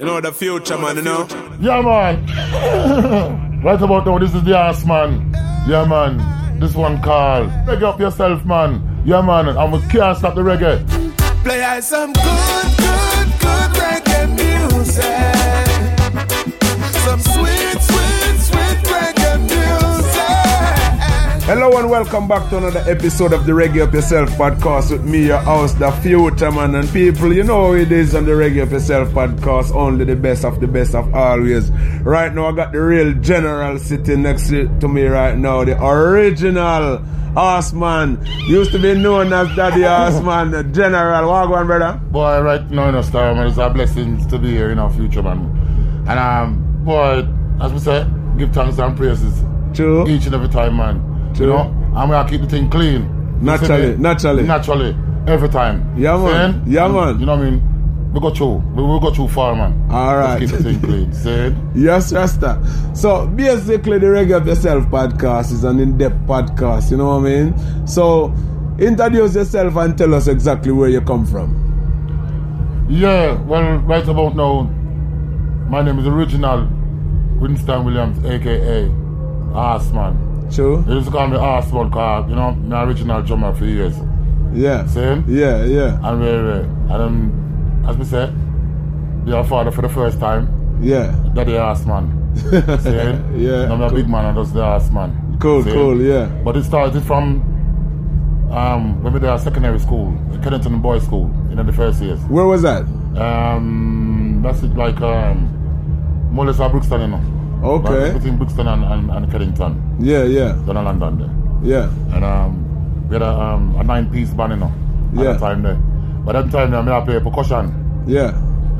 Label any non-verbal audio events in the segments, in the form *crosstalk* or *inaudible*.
You know the future, man, you know? Yeah, man. *laughs* right about now, this is the ass, man. Yeah, man. This one called. Reggae up yourself, man. Yeah, man. I'm with can't stop the reggae. Play us some good, good, good reggae music. Some sweet, sweet, sweet reggae music. Hello and welcome back to another episode of the Reggae Up Yourself podcast with me, your host, the future man and people. You know how it is on the Reggae Up Yourself podcast, only the best of the best of always. Right now, I got the real general sitting next to to me right now, the original Horseman. Used to be known as Daddy Horseman, the general. Wagwan, brother. Boy, right now, you know, star, man, it's a blessing to be here in our future, man. And, um, boy, as we say, give thanks and praises True. each and every time, man. True. You know, I'm going to keep the thing clean. You see Naturally, me? naturally. Naturally, every time. Yeah, man. See? Yeah, You- man. You know what I mean? We go through. We will go through far, man. All right. Let's keep the *laughs* thing clean. See? Yes, Rasta. So basically, the Reggae of Yourself podcast is an in depth podcast, you know what I mean? So introduce yourself and tell us exactly where you come from. Yeah, well, right about now, my name is original Winston Williams, aka Assman. True? They used to call me Assman because, you know, my original drummer for years. Yeah. Same? Yeah, yeah, And we, we, and um, as we say, be a father for the first time, yeah. daddy Assman. *laughs* Same? Yeah, I'm a cool. big man and that's the Assman. Cool, Same? cool, yeah. But it started from um, when we were at secondary school, Kennington Boys School, you know, the first years. Where was that? Um, that's it, like um, more or less at Brixton, you know. Okay. Like, between Brixton and, and, and Kennington, Yeah, yeah, down in London there. yeah. And um, we had a, um, a nine-piece band, you know, at Yeah. that time there. But at that time there, I mean, I play percussion. Yeah,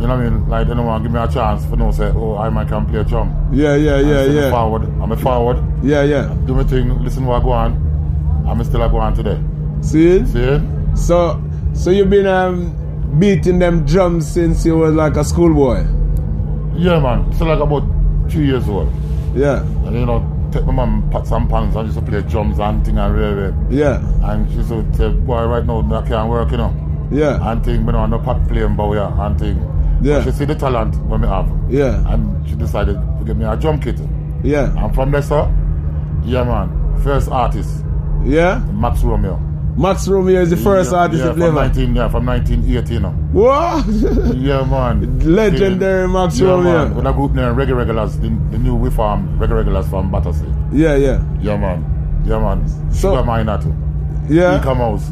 You know what I mean? Like, they don't want to give me a chance for no say, oh, I might can play drum. yeah, yeah, yeah, I'm yeah. forward. I'm a forward. Yeah, yeah. Do my thing, listen what I go on. I'm still a go on today. See? See? it? So, so you've been um, beating them drums since you was like a schoolboy. Yeah, man. Still like about two years old. Yeah, And you know, take my mum pat some pants and used to play drums and thing and really, really. yeah, And she used to say, boy, right now that can't work, you know. yeah, And thing, you know, I'm not pat playing, but yeah, and thing. Yeah. But she see the talent when me have. yeah, And she decided to give me a drum kit. And yeah, from there, sir, yeah, man, first artist, yeah. Max Romeo. Max Romeo is the first yeah, artist yeah, to from play. 19, Yeah, from 1980, you know. What? *laughs* Yeah, man. Legendary Max yeah, Romeo. Man. With a group named Reggae Regulars, the, the new we farm, Reggae Regulars from Battersea. yeah, yeah, Yeah, man. Yeah, man. So- Sugar Miner too. yeah, Eka Mouse.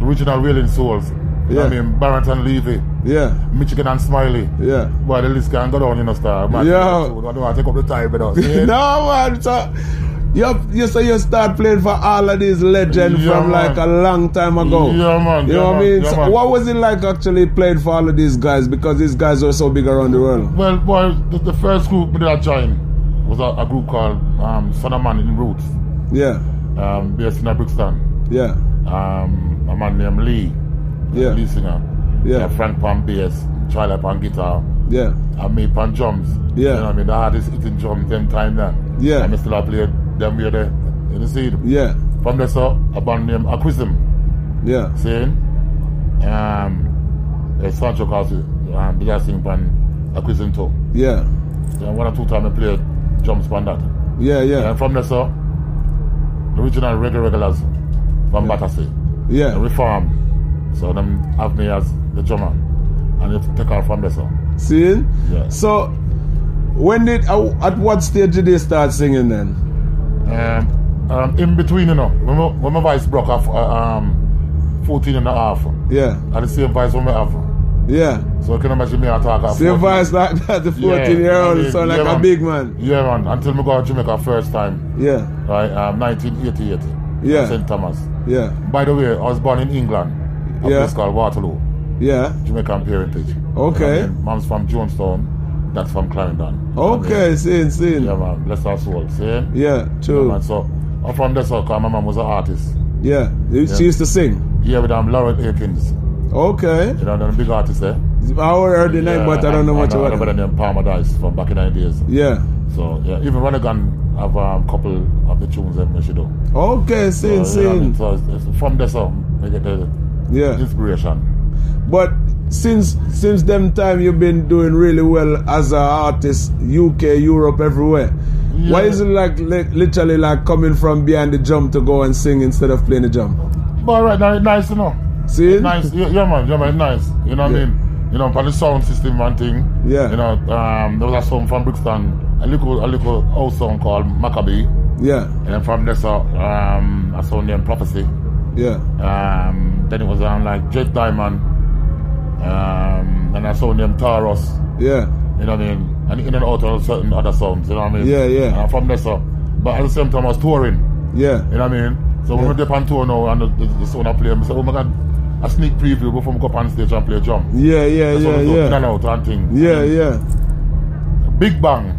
The original Wailing Souls. You know what Yeah. I mean, Barrington Levy, yeah, Michigan and Smiley. yeah. Boy, the list can go down, you know, star. Man, Yeah. So I don't want to take up the time, you *laughs* know. see? no man, so you you say you start playing for all of these legends Yeah, from like a man. long time ago. Yeah, man. You yeah, know what I man. mean? Yeah, so man. what was it like actually playing for all of these guys? Because these guys are so big around the world. Well, boy, the, the first group that I joined was a, a group called um, Son of Man in Roots, Yeah, um, based in Brixton. yeah, Um, a man named Lee, Yeah. lead singer. Yeah. Frank Pan bass, Charlie on guitar. yeah, I made pan drums. Yeah. You know what I mean? The hardest hitting drum them time now. Yeah. And I still play them here there. You know, see? yeah, From there, so a band named Aquism. yeah, Saying, um, uh, Sancho Casu, um, the guy sing pan Aquism too. yeah, Then one or two times I played drums pan that. yeah, yeah, And from there, so the original reggae regulars from Battersea. yeah. The reform. So them have me as the drummer. And you take on from there, so. See? Yeah. So, when did how- at what stage did they start singing then? um, um, in between, you know, when my, when my vice broke off, uh, um, 14 and a half, and Yeah, the same vice when I have. yeah. So I can imagine me attack at Same 14. voice like that, the 14 year old, I mean, sound yeah, like a man. big man. Yeah, man, until me go to Jamaica first time, Yeah, right, um, 1988, Yeah. St. Thomas. yeah, By the way, I was born in England, a Yeah. place called Waterloo. Yeah. Jamaican parentage. Okay. And then Mom's from Jonestown, that's from Clarendon. Okay, seeing, seeing. Yeah, Yeah, man. Bless her soul. See? Yeah, true. man. So, I'm from there, so 'cause my mom was an artist. Yeah. She used to sing. Yeah, with um, Laurel Akins. Okay. You know, them big artists, eh? I already heard the name, but I don't know much I know about better it. than Palmer Dice from back in the days. Yeah. So, yeah, even Renegan have a um, couple of the tunes them that she do. Okay, So, seeing, you know what Oh, I mean? seeing. so it's, it's from there, so I get the Yeah. inspiration. But since since them time you've been doing really well as an artist, UK, Europe, everywhere. Why Yeah. is it like li- literally like coming from behind the jump to go and sing instead of playing the jump? But right now, it's nice, you know. See? nice. Yeah, yeah, man. Yeah, man. it's Nice. You know what Yeah. I mean? You know, for the sound system and thing. Yeah. You know, um, there was a song from Brixton, a little, a little old song called Maccabee. Yeah, And then from there, so, um, a song named Prophecy. yeah. Um, then it was on like Jet Diamond. Um, and I saw named Taurus. Yeah. You know what I mean? And in and out of certain other songs. You know what I mean? Yeah, yeah. And I'm from there, so. But at the same time, I was touring. Yeah. You know what I mean? So when Yeah. we dip on tour now and the, the, the sound I play, I say, oh my god, a sneak preview before we go up on stage and play drum. Yeah, yeah, That's yeah, what we do, in yeah. and out and thing. Yeah, yeah. Big Bang,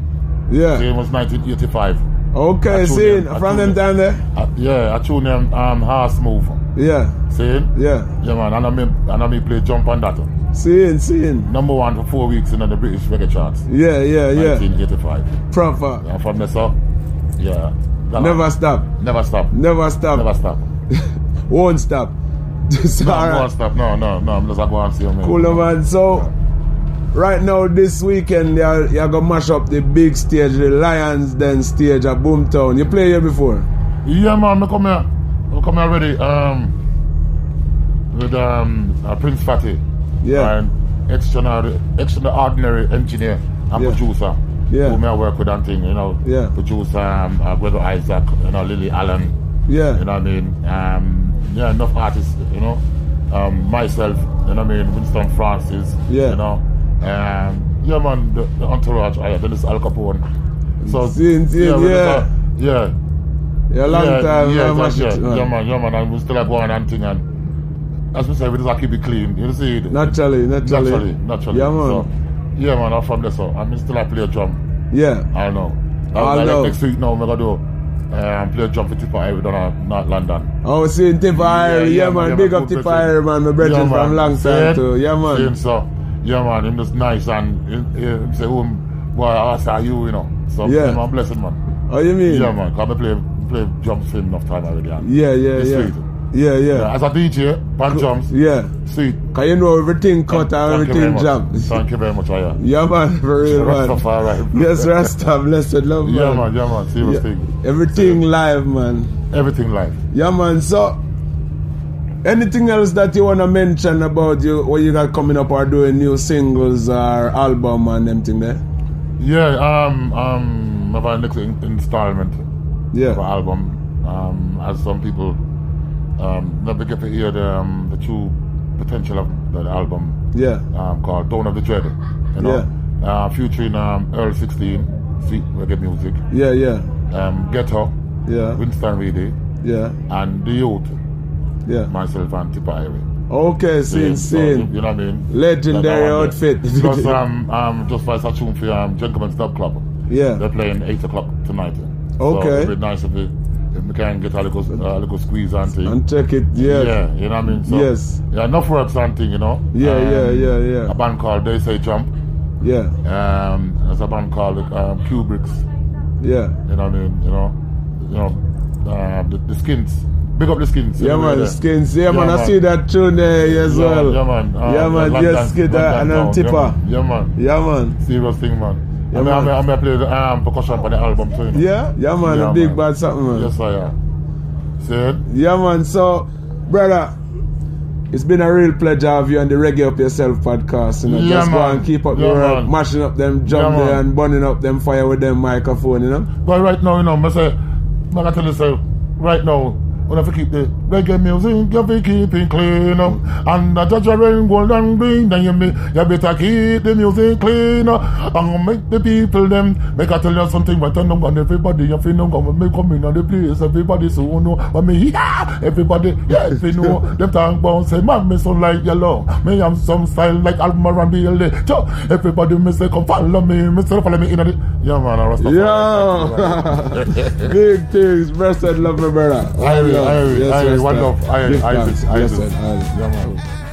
Yeah. it was 1985. Okay, I told seeing them, I from told them them. down there? Uh, yeah, I tune them um, Horse Move. Yeah, See? yeah. Yeah, man, and I, mean, and I mean play Jump on that. Seeing, seeing. Number one for four weeks in the British reggae charts. Yeah, yeah, yeah. 1985. Proper. And from there, so, yeah. that- Never stop. never stop. Never stop. Never stop. Won't stop. *laughs* Just No, all I'm right. gonna stop. No, no, no. I'm just gonna go and see him. Cool, man. So, right now, this weekend, you're, you're going to mash up the big stage, the Lions Den stage at Boomtown. You play here before? Yeah, man, me come here. Me come here already. Um, with um uh, Prince Fatty. Yeah. And extraordinary, extraordinary engineer and Yeah. producer. Yeah. Who may I work with and thing, you know. Yeah. Producer um, uh, Gregor Isaac, you know, Lily Allen. Yeah. You know what I mean? Um, yeah, enough artists, you know. Um, myself, you know what I mean. Winston Francis. Yeah. You know. Um, yeah, man. The, the entourage. I, then it's Al Capone. So Zin, zin, we yeah. just, uh, yeah. Yeah, long yeah, time. man, Yeah, yeah, mash yeah, it, man. yeah, man, yeah, man. And we still have one and thing, and as we say, we just have to keep it clean. You see, it? Naturally, naturally. naturally, naturally. Yeah, man. So, yeah, man. I'm from there, so I mean, still I play a drum. Yeah. I know. I like know. Next week, now we're gonna do um, play a drum for Tipper Ivory down at North London. I was seeing Tip Iron. Yeah, man. Big up good Tip brethren. Iron, man. My brethren Yeah, from man. long See time, it? too. Yeah, See him, man. so, yeah, man. Him just nice and him, him say, "Oh, boy, I saw you, you know." So, Yeah. yeah, man, bless him, man. Oh, you mean? Yeah, man. Cause I play play drums for him enough time already. and- Yeah, yeah, It's yeah. sweet. Yeah, Yeah, yeah. as a DJ, band drums, Yeah. sweet. Because you know everything cut and Thank you very everything much. jammed. Thank you very much, Aya. *laughs* Yeah, man. For real, man. *laughs* Rastafari. Yes, Rasta. Blessed love, Yeah, man, yeah, man. Serious Yeah. thing. Everything live, man. Everything live. Yeah, man. So, anything else that you wanna mention about you what you got coming up or doing new singles or album and them thing there? Yeah, um, um, my very next in- installment of Yeah, our album, um, as some people um, never get to hear the, um, the true potential of the album yeah, um, called Dawn of the Dread. You know? Uh, featuring um, Earl 16, Sweet Reggae Music, yeah, yeah, um, Ghetto, yeah, Winston Reedy, yeah, and The Youth. yeah. myself and Tipperary. Okay, Yeah, sin, so, sin. You know what I mean? Legendary Like that one outfit. there. *laughs* Plus, um, um, just by such tune for um, Gentlemen's Dub Club. They're Yeah, playing 8 o'clock tonight. Okay. So it'd be nice if we, if we can get a little, uh, a little squeeze and thing. and check it. Yeah, Yeah, you know what I mean? So, Yes. Yeah, enough work something, you know? Um, yeah, yeah, yeah, A yeah, band called They Say Jump. yeah, Um, there's a band called um, Kubrick's. yeah. You know what I mean? You know, you know, uh, the, the skins. Big up the skins. Yeah, man, Everywhere. skins. Yeah, man, I man. see that tune there as Yeah, well. yeah, man. Uh, Yeah, man, London- yes, kid, uh, London and I'm town. tipper. Yeah, man. Yeah, man. Serious thing, man. Yeah, I mean, man. I mean, I mean, I play the um, percussion for the album too. You know? Yeah, yeah, man. Yeah, a big man. bad something, man. Yes, I am. See it? Yeah, man. So, brother, it's been a real pleasure to have you on the Reggae Up Yourself podcast. You know, Yeah, just go man. and keep up Yeah, your work, man. mashing up them jump Yeah, there man. and burning up them *laughs* fire with them microphone, you know? But right now, you know, I say, man, I tell you, say, right now, We have to keep the reggae music, you have to keep it clean. And the judge rain gold and green, then you, me, you better keep the music clean. And make the people them, make I tell you something, but turn on everybody, you feel no when me come in on the place, everybody so know. But me, yeah, everybody, yeah, if you know, them talk about say, man, me sound like yellow. Me am some style like Almaran Bailey. Yo, everybody, me say, come follow me, me say, follow me in on the, yeah, man, I was Yo, *laughs* big things, blessed love, my brother. Irie, Irie, Yes, Irie, yes, one sir. love, Irie, Big Irie, thanks. Irie. Yes, sir, Irie. Yeah, man.